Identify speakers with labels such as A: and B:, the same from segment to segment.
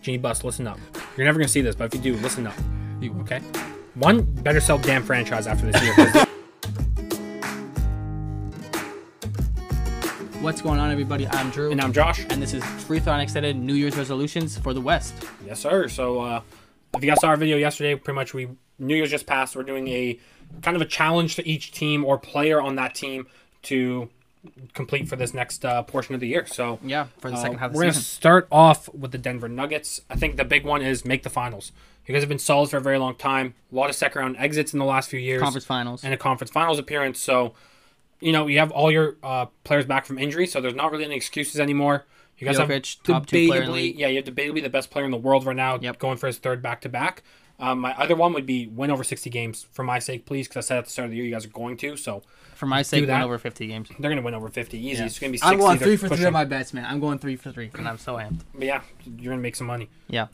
A: Genie Bus, listen up. You're never gonna see this, but if you do, listen up. Okay. One better sell damn franchise after this year. 'cause-
B: What's going on, everybody? I'm Drew.
A: and I'm Josh.
B: and this is Free Throw and Extended New Year's Resolutions for the West.
A: Yes, sir. So uh, if you guys saw our video yesterday, pretty much we New Year's just passed. We're doing a kind of a challenge to each team or player on that team to complete for this next uh, portion of the year. So
B: Yeah, for the
A: Uh,
B: second half of
A: we're
B: the
A: going to
B: season.
A: start off with the Denver Nuggets. I think the big one is make the finals. You guys have been solid for a very long time. A lot of second round exits in the last few years.
B: Conference finals.
A: and a conference finals appearance. So, you know, you have all your uh, players back from injury, so there's not really any excuses anymore. You guys
B: Jokic,
A: have
B: top two player in the
A: debatably-
B: league.
A: yeah, you have debatably the best player in the world right now,
B: Yep.
A: going for his third back to back. My other one would be win over 60 games for my sake, please, because I said at the start of the year you guys are going to, so
B: for my sake, win
A: that.
B: over 50 games.
A: they're going to win over 50 easy. It's going to be 60.
B: I'm going
A: they're
B: three for three
A: pushing.
B: on my bets, man. I'm going three for three, and I'm so amped.
A: But yeah, you're going to make some money.
B: Yeah.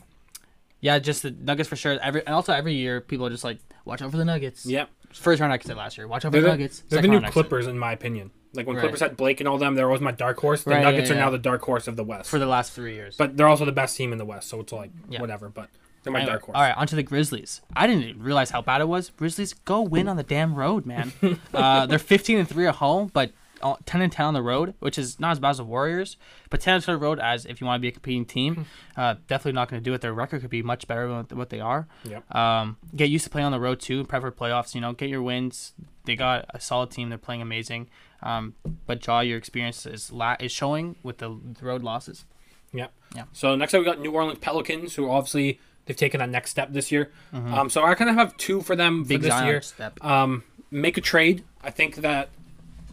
B: Yeah, just the Nuggets for sure. Every and also every year, people are just like, watch out for the Nuggets.
A: Yeah.
B: First round exit last year. Watch out for
A: They're,
B: the
A: the,
B: Nuggets.
A: they're the
B: Second
A: new
B: round exit.
A: Clippers, in my opinion. Like when
B: Right.
A: Clippers had Blake and all them, they're always my dark horse. The
B: Right, yeah,
A: Nuggets are
B: yeah.
A: now the dark horse of the West.
B: for the last three years.
A: But they're also the best team in the West, so it's like
B: Yeah.
A: whatever. But they're my
B: Anyway,
A: dark horse.
B: All right, onto the Grizzlies. I didn't even realize how bad it was. Grizzlies go win on the damn road, man. uh, they're 15 and three at home, but all- 10 and 10 on the road, which is not as bad as the Warriors, but 10 and 10 on the road as if you want to be a competing team, uh, definitely not going to do it. Their record could be much better than what- what they are.
A: Yep.
B: Um, get used to playing on the road too. Prep for playoffs. You know, get your wins. They got a solid team. They're playing amazing. Um, but Jaw, your experience is la- is showing with the the road losses.
A: Yep.
B: Yeah.
A: So next up, we got New Orleans Pelicans, who obviously they've taken that next step this year. Um, so I kind of have two for them for
B: Mm-hmm. Big
A: this
B: Zion
A: year.
B: step.
A: Um, make a trade. I think that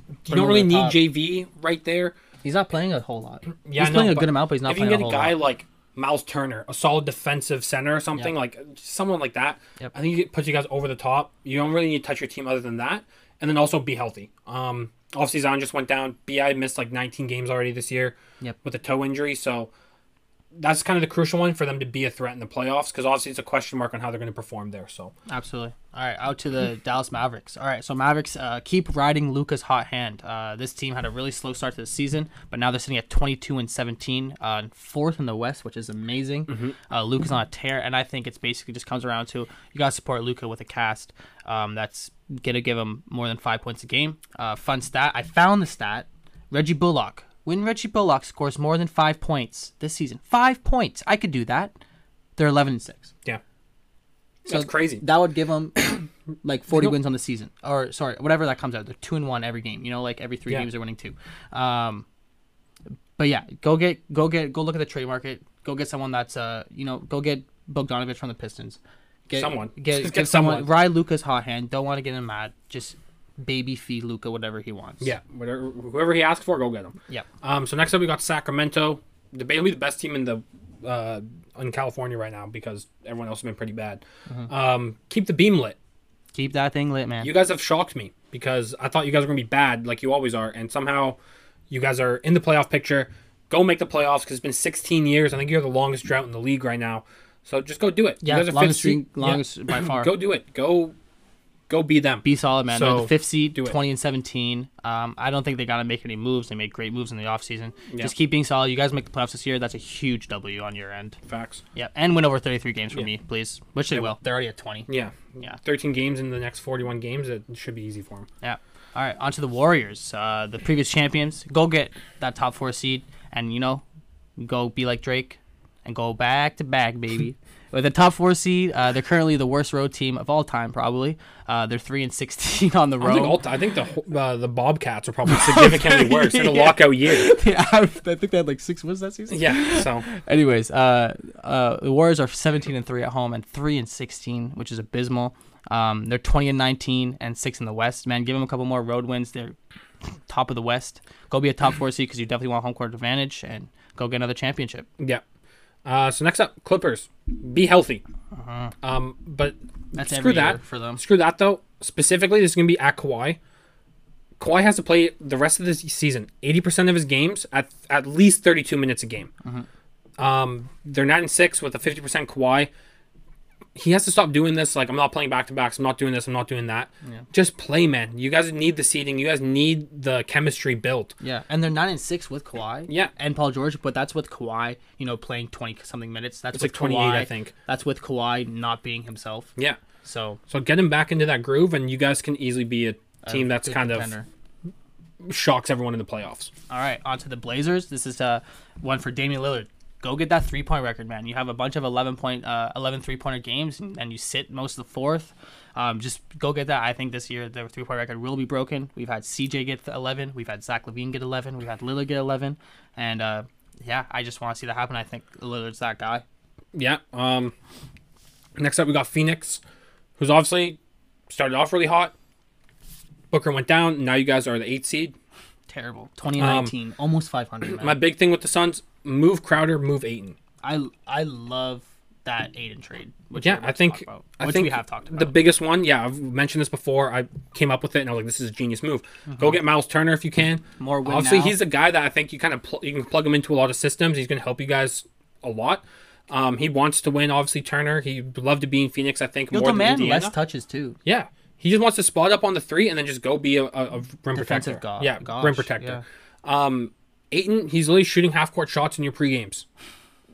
A: you
B: him
A: don't
B: over
A: really
B: the
A: need
B: top.
A: JV right there.
B: He's not playing a whole lot.
A: Yeah,
B: he's
A: I know,
B: playing a
A: but
B: good amount, but he's not
A: If you
B: playing
A: can
B: a
A: get
B: whole
A: a guy
B: lot.
A: like Miles Turner, a solid defensive center or something
B: Yeah.
A: like someone like that,
B: Yep.
A: I think it puts you guys over the top. You don't really need to touch your team other than that, and then also be healthy. Um, obviously Zion just went down. Bi missed like 19 games already this year
B: Yep.
A: with a toe injury, so that's kind of the crucial one for them to be a threat in the playoffs because obviously it's a question mark on how they're going to perform there. So
B: Absolutely. All right, out to the Dallas Mavericks. All right, so Mavericks uh, keep riding Luca's hot hand. Uh, this team had a really slow start to the season, but now they're sitting at 22 and 17, uh, and fourth in the West, which is amazing. Uh, Luca's on a tear, and I think it's basically just comes around to you got to support Luca with a cast. Um, that's gonna give him more than five points a game. Uh, fun stat. I found the stat. Reggie Bullock. When Reggie Bullock scores more than five points this season, five points, I could do that. They're 11 and six.
A: yeah,
B: So
A: that's crazy.
B: That would give them like 40 wins on the season, or sorry, whatever that comes out. They're two and one every game. You know, like every three
A: Yeah.
B: games they're winning two. Um, but yeah, go get go get go look at the trade market. Go get someone that's uh you know go get Bogdanovich from the Pistons. Get
A: Someone.
B: Get,
A: Just
B: get,
A: get
B: someone.
A: someone.
B: Ride Luca's hot hand. Don't want to get him mad. Just baby feed Luca whatever he wants.
A: yeah, whatever, whoever he asks for, go get him.
B: Yep.
A: Um, so next up, we got Sacramento, debatably the best team in the uh, in California right now because everyone else has been pretty bad.
B: Mm-hmm.
A: Um, keep the beam lit.
B: Keep that thing lit, man.
A: You guys have shocked me because I thought you guys were gonna be bad like you always are, and somehow you guys are in the playoff picture. Go make the playoffs because it's been 16 years. I think you're the longest drought in the league right now. So just go do it.
B: yeah,
A: you guys are
B: longest
A: fifth seed.
B: string, longest by far.
A: Go do it. Go, go be them.
B: be solid, man. They're
A: So,
B: the fifth seed,
A: do it.
B: 20 and 17. Um, I don't think they got to make any moves. They made great moves in the offseason.
A: Yeah.
B: Just keep being solid. You guys make the playoffs this year. That's a huge W on your end.
A: Facts.
B: Yeah, and win over 33 games for
A: Yeah.
B: me, please. Which they will. They're already at 20.
A: Yeah.
B: Yeah.
A: 13 games in the next 41 games. It should be easy for them.
B: Yeah. All right, on to the Warriors, uh, the previous champions. Go get that top four seed and, you know, go be like Drake and go back to back, baby. With the top four seed, uh, they're currently the worst road team of all time, probably. Uh, they're 3 and 16 on the
A: I
B: road.
A: think, all I think the whole- uh, the Bobcats are probably significantly worse. They had a lockout year.
B: Yeah, I think they had like six wins that season.
A: Yeah. So
B: Anyways, uh, uh, the Warriors are 17 and three at home and three and 16, which is abysmal. Um, they're 20 and 19 and six in the West. Man, give them a couple more road wins. They're top of the West. Go be a top four seed because you definitely want home court advantage and go get another championship.
A: yeah. Uh, so next up, Clippers. Be healthy. Um, but
B: Uh-huh. That's
A: screw
B: every
A: that
B: year for them.
A: Screw that though. Specifically, this is gonna be at Kawhi. Kawhi has to play the rest of the season, eighty percent of his games at at least
B: Mm-hmm.
A: thirty-two minutes a game. Um, they're nine and six with a fifty percent Kawhi. he has to stop doing this. Like, I'm not playing back to backs. I'm not doing this. I'm not doing that. Just play, man. You guys need the seeding. You guys need the chemistry built.
B: Yeah, and they're nine and six with Kawhi.
A: Yeah.
B: and Paul George, but that's with Kawhi. You know, playing twenty something minutes. That's with
A: like 28,
B: Kawhi.
A: I think.
B: That's with Kawhi not being himself.
A: Yeah.
B: So
A: So get him back into that groove, and you guys can easily be a team that's
B: good
A: kind
B: contender.
A: of shocks everyone in the playoffs.
B: All right, on to the Blazers. This is uh, one for Damian Lillard. Go get that three point record, man. You have a bunch of 11, point, uh, 11 three pointer games and, and you sit most of the fourth. Um, just go get that. I think this year the three point record will be broken. We've had CJ get the 11. We've had Zach Levine get 11. We've had Lillard get 11. And uh, yeah, I just want to see that happen. I think Lillard's that guy.
A: Yeah. Um. Next up, we got Phoenix, who's obviously started off really hot. Booker went down. Now you guys are the eight seed.
B: Terrible. 2019, almost 500, man.
A: Um, My big thing with the Suns: move Crowder, move Aiton.
B: I, I love that Aiden trade. Which
A: Yeah,
B: we're about
A: I
B: to
A: think
B: talk about,
A: I
B: which
A: think
B: we have talked about.
A: the biggest one. Yeah, I've mentioned this before. I came up with it, and I was like, "This is a genius move. Go get Miles Turner if you can.
B: Mm-hmm. More win
A: Obviously,
B: now.
A: he's a guy that I think you kind of pl- you can plug him into a lot of systems. He's going to help you guys a lot. Um, he wants to win. Obviously, Turner. He'd love to be in Phoenix. I think
B: He'll
A: more than
B: demand
A: Indiana.
B: less touches, too.
A: yeah, he just wants to spot up on the three and then just go be a, a, a rim protector.
B: Defensive go-
A: yeah,
B: gosh,
A: rim protector. Um, Aiton, he's literally shooting half court shots in your pre games.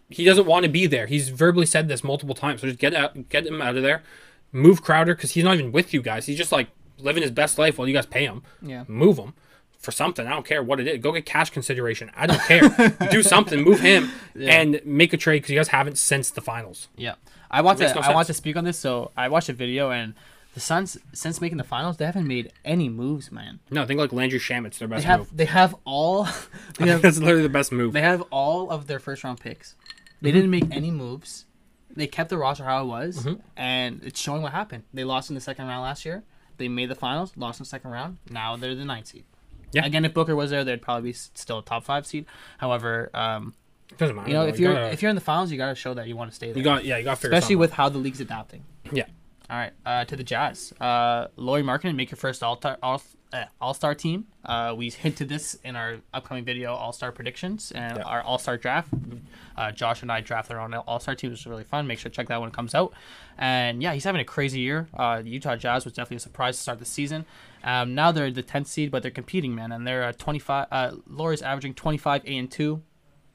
A: He doesn't want to be there. He's verbally said this multiple times. So just get out, get him out of there. Move Crowder because he's not even with you guys. He's just like living his best life while you guys pay him.
B: Yeah.
A: Move him for something. I don't care what it is. Go get cash consideration. I don't care. Do something. Move him and make a trade because you guys haven't since the finals.
B: Yeah, I want
A: Makes no
B: to. I want
A: sense.
B: to speak on this. So I watched a video, and the Suns, since making the finals, they haven't made any moves, man.
A: No, I think like Landry Shamit's their best
B: They have.
A: move.
B: They have all. They have.
A: That's literally the best move.
B: they have all of their first round picks.
A: Mm-hmm.
B: They didn't make any moves. They kept the roster how it was,
A: Mm-hmm.
B: and it's showing what happened. They lost in the second round last year. They made the finals, lost in the second round. Now they're the ninth seed.
A: Yeah.
B: Again, if Booker was there, they'd probably be s- still a top five seed. However, um,
A: Doesn't matter.
B: you know,
A: though.
B: if you're
A: gotta-
B: if you're in the finals, you gotta show that you want to stay there.
A: you got yeah, you got to figure
B: especially
A: especially
B: with how the league's adapting.
A: yeah.
B: All right, uh, to the Jazz. Uh, Laurie Markkinen make your first all all uh, All Star team. Uh, we hinted this in our upcoming video All Star predictions and
A: Yeah.
B: our All Star draft. Uh, Josh and I draft their own All Star team, which is really fun. Make sure to check that when it comes out. And yeah, he's having a crazy year. Uh, the Utah Jazz was definitely a surprise to start the season. Um, now they're the 10th seed, but they're competing, man, and they're uh, 25. Uh, Laurie's averaging 25 eight, and two.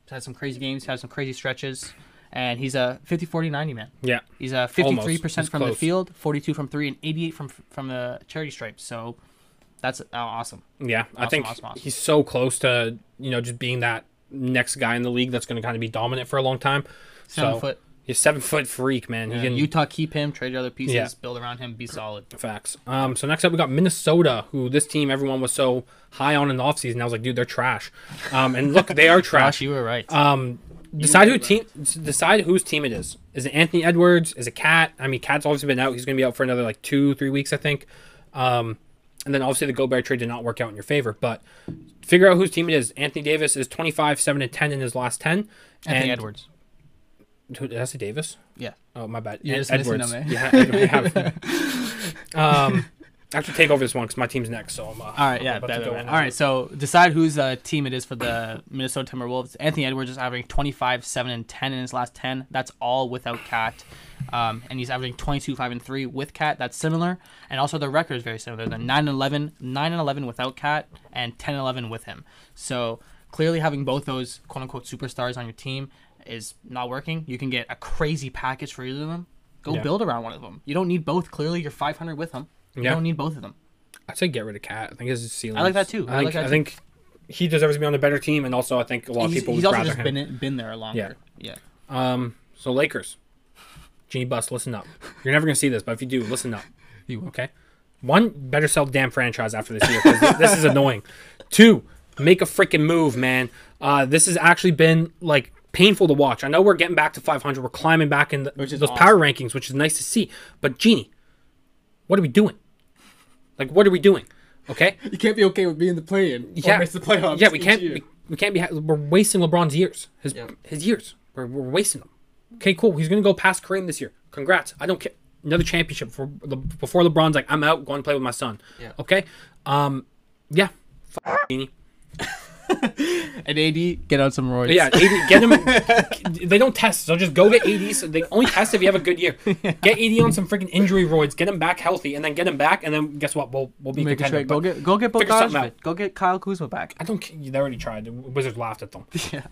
B: He's had some crazy games. Had some crazy stretches. And he's a 50 40 90 man.
A: Yeah.
B: He's a
A: Almost.
B: fifty-three percent
A: He's
B: from the
A: close.
B: field, forty-two from three, and eighty-eight from from the charity stripe. So that's uh, awesome.
A: Yeah, I
B: Awesome,
A: think
B: awesome, awesome.
A: he's so close to you know just being that next guy in the league that's going to kind of be dominant for a long time.
B: Seven
A: so,
B: foot.
A: He's seven foot freak, man. He can
B: Utah keep him, trade your other pieces,
A: Yeah.
B: build around him, be solid.
A: facts. Um, so next up we got Minnesota, who this team everyone was so high on in the offseason. I was like, dude, they're trash. Um, and look, they are
B: Josh,
A: trash.
B: you were right.
A: Um, decide
B: were
A: who team decide whose team it is. Is it Anthony Edwards? Is it Cat? I mean, Cat's obviously been out. He's going to be out for another like two, three weeks, I think. Um, and then obviously the Gobert trade did not work out in your favor, but figure out whose team it is. Anthony Davis is 25, 7, and 10 in his last 10.
B: Anthony
A: and
B: Edwards.
A: Who, did I say Davis?
B: Yeah.
A: Oh, my bad.
B: You're
A: Ed-
B: just missing him, eh?
A: Yeah, I, I have. um, I have to take over this one because my team's next, so I'm. Uh,
B: All right, yeah,
A: about
B: bad,
A: to
B: bad,
A: go
B: bad.
A: on.
B: All right, so decide whose uh, team it is for the Minnesota Timberwolves. Anthony Edwards is averaging 25, 7, and 10 in his last 10. That's all without Cat. Um, and he's averaging 22, 5, and 3 with Cat. That's similar. And also the record is very similar. They're 9 and 11, 9 and 11 without Cat, and 10 and 11 with him. So clearly having both those quote unquote superstars on your team is not working. You can get a crazy package for either of them. Go
A: Yeah.
B: build around one of them. You don't need both. Clearly, you're 500 with them. You
A: Yeah.
B: don't need both of them.
A: I say get rid of Cat. I think his ceiling.
B: I like that
A: is-
B: too.
A: I
B: I
A: think,
B: like that
A: I
B: too.
A: think he deserves to be on a better team, and also I think a lot of
B: he's,
A: people
B: he's
A: would
B: also
A: rather
B: just
A: him.
B: been in- been there longer. Yeah.
A: Um, so Lakers, Genie Bus, listen up. You're never gonna see this, but if you do, listen up. You okay? One, better sell the damn franchise after this year because this, is annoying. Two, make a freaking move, man. Uh, this has actually been like painful to watch. I know we're getting back to 500. We're climbing back in the,
B: is
A: those
B: awesome.
A: power rankings, which is nice to see. But Genie, what are we doing? Like, what are we doing? Okay.
B: You can't be okay with being the play-in.
A: yeah, Yeah, we can't. We, we can't be. ha- We're wasting LeBron's years. His his years. We're, we're wasting them. Okay, cool. He's gonna go past Kareem this year. Congrats. I don't care. Another championship before, Le- before LeBron's like, I'm out. Going to play with my son.
B: Yeah.
A: Okay. Um. Yeah. F- Genie.
B: and AD, get on some roids.
A: Yeah, AD, get him. they don't test, so just go get AD. So they only test if you have a good year. Get AD on some freaking injury roids. Get him back healthy, and then get him back, and then guess what? We'll we'll be
B: Make a
A: contender.
B: trade. Go
A: But
B: get go get
A: figure something
B: Bogdanovich. Go get Kyle Kuzma back.
A: I don't. ca- They already tried. The Wizards laughed at them.
B: Yeah.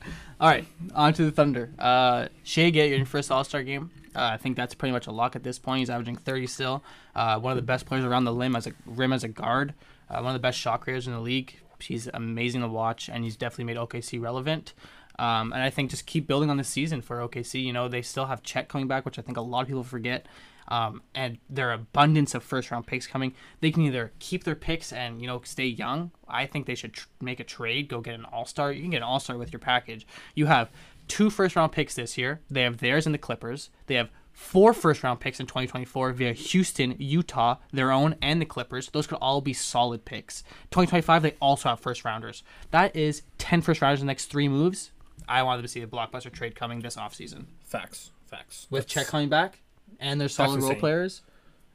B: All right, on to the Thunder. Uh, Shea Gay, your first All Star game. Uh, I think that's pretty much a lock at this point. He's averaging 30 still. Uh, one of the best players around the rim as a rim as a guard. Uh, one of the best shot creators in the league. He's amazing to watch, and he's definitely made OKC relevant. Um, and I think just keep building on this season for OKC. You know, they still have Chet coming back, which I think a lot of people forget. Um, and their abundance of first round picks coming, they can either keep their picks and you know stay young. I think they should tr- make a trade, go get an all star. You can get an all star with your package. You have two first round picks this year. They have theirs in the Clippers. They have four first round picks in 2024 via Houston, Utah, their own, and the Clippers. Those could all be solid picks. 2025, they also have first rounders. That is 10 first rounders in the next three moves. I wanted to see a blockbuster trade coming this offseason
A: Facts. Facts.
B: with Chet coming back and their solid role
A: insane.
B: players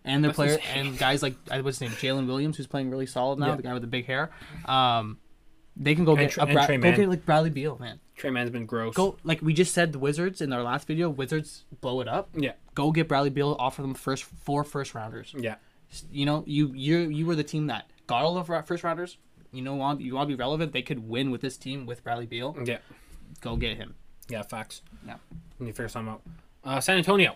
B: and their player
A: insane.
B: and guys like I what's his name Jalen Williams who's playing really solid now
A: Yeah.
B: the guy with the big hair um they can go get
A: Tra-
B: a
A: and
B: Bra-
A: Trey
B: go
A: Mann.
B: get like Bradley Beal man
A: Trey Man's been gross.
B: go like we just said the Wizards in our last video Wizards blow it up
A: Yeah.
B: go get Bradley Beal offer them first four first rounders
A: Yeah.
B: you know you you you were the team that got all of our first rounders you know want you want to be relevant they could win with this team with Bradley Beal
A: Yeah.
B: go get him
A: Yeah. Facts.
B: yeah
A: Let me figure something out. Uh, San Antonio.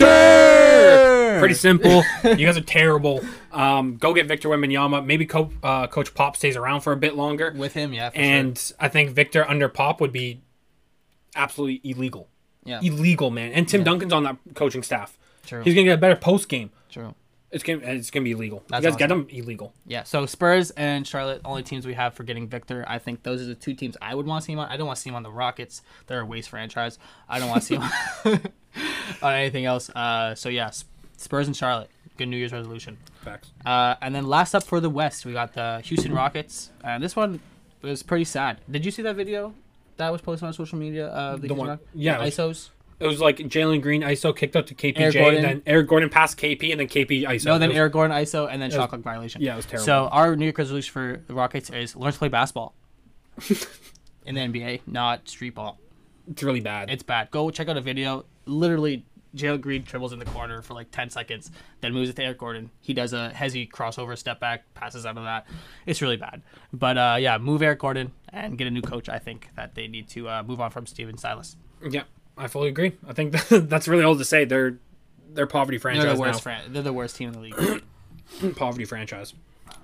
B: Victor
A: Pretty simple. you guys are terrible. Um, go get Victor Wembanyama. Maybe Co- uh, Coach Pop stays around for a bit longer.
B: with him yeah for sure.
A: and I think Victor under Pop would be absolutely illegal.
B: yeah
A: Illegal, man. And Tim Duncan's on that coaching staff.
B: True.
A: He's gonna get a better post game.
B: true
A: It's gonna it's gonna be illegal.
B: That's
A: you guys get him illegal.
B: Yeah, so Spurs and Charlotte, only teams we have for getting Victor. I think those are the two teams I would want to see him on. I don't want to see him on the Rockets. They're a waste franchise. I don't want to see him on anything else. Uh, so, yeah, Sp- Spurs and Charlotte. Good New Year's resolution.
A: Facts.
B: Uh, and then last up for the West, we got the Houston Rockets. Uh, this one was pretty sad. Did you see that video that was posted on social media of the,
A: The
B: Houston
A: one-
B: Rock-
A: yeah, it
B: the
A: was-
B: ISOs?
A: It was like Jalen Green ISO kicked up to
B: Eric
A: KPJ,
B: Gordon.
A: and then Eric Gordon passed KP, and then KP ISO.
B: No, then
A: It was-
B: Eric Gordon ISO, and then shot clock violation.
A: yeah, it was terrible.
B: So our New Year's resolution for the Rockets is learn to play basketball in the NBA, not street ball.
A: it's really bad.
B: It's bad. Go check out a video. Literally, Jalen Green dribbles in the corner for like ten seconds, then moves it to Eric Gordon. He does a hezzy crossover, step back, passes out of that. It's really bad. But uh, yeah, move Eric Gordon and get a new coach. I think that they need to uh, move on from Steven Silas.
A: yeah, I fully agree. I think that, that's really all to say. They're they're poverty franchise
B: They're the
A: now.
B: worst. Fran- they're the worst team in the league.
A: poverty franchise.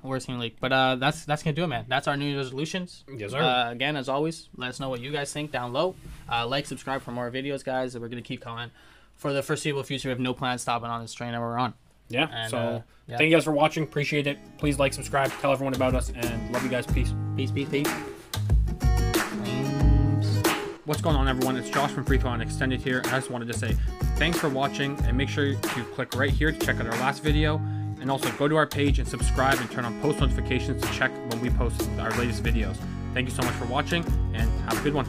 B: worst team in the league. But uh, that's that's gonna do it, man. That's our New Year's resolutions.
A: Yes, sir.
B: Uh, again, as always, let us know what you guys think down low. Uh, like, subscribe for more videos, guys. We're gonna keep coming for the foreseeable future. We have no plans stopping on this train that we're on.
A: yeah.
B: and,
A: so
B: uh, yeah.
A: thank you guys for watching. Appreciate it. Please like, subscribe, tell everyone about us, and love you guys. Peace.
B: Peace, peace, peace.
A: What's going on, everyone? It's Josh from Free Throw and Extended here. And I just wanted to say thanks for watching and make sure to click right here to check out our last video. And also go to our page and subscribe and turn on post notifications to check when we post our latest videos. Thank you so much for watching and have a good one.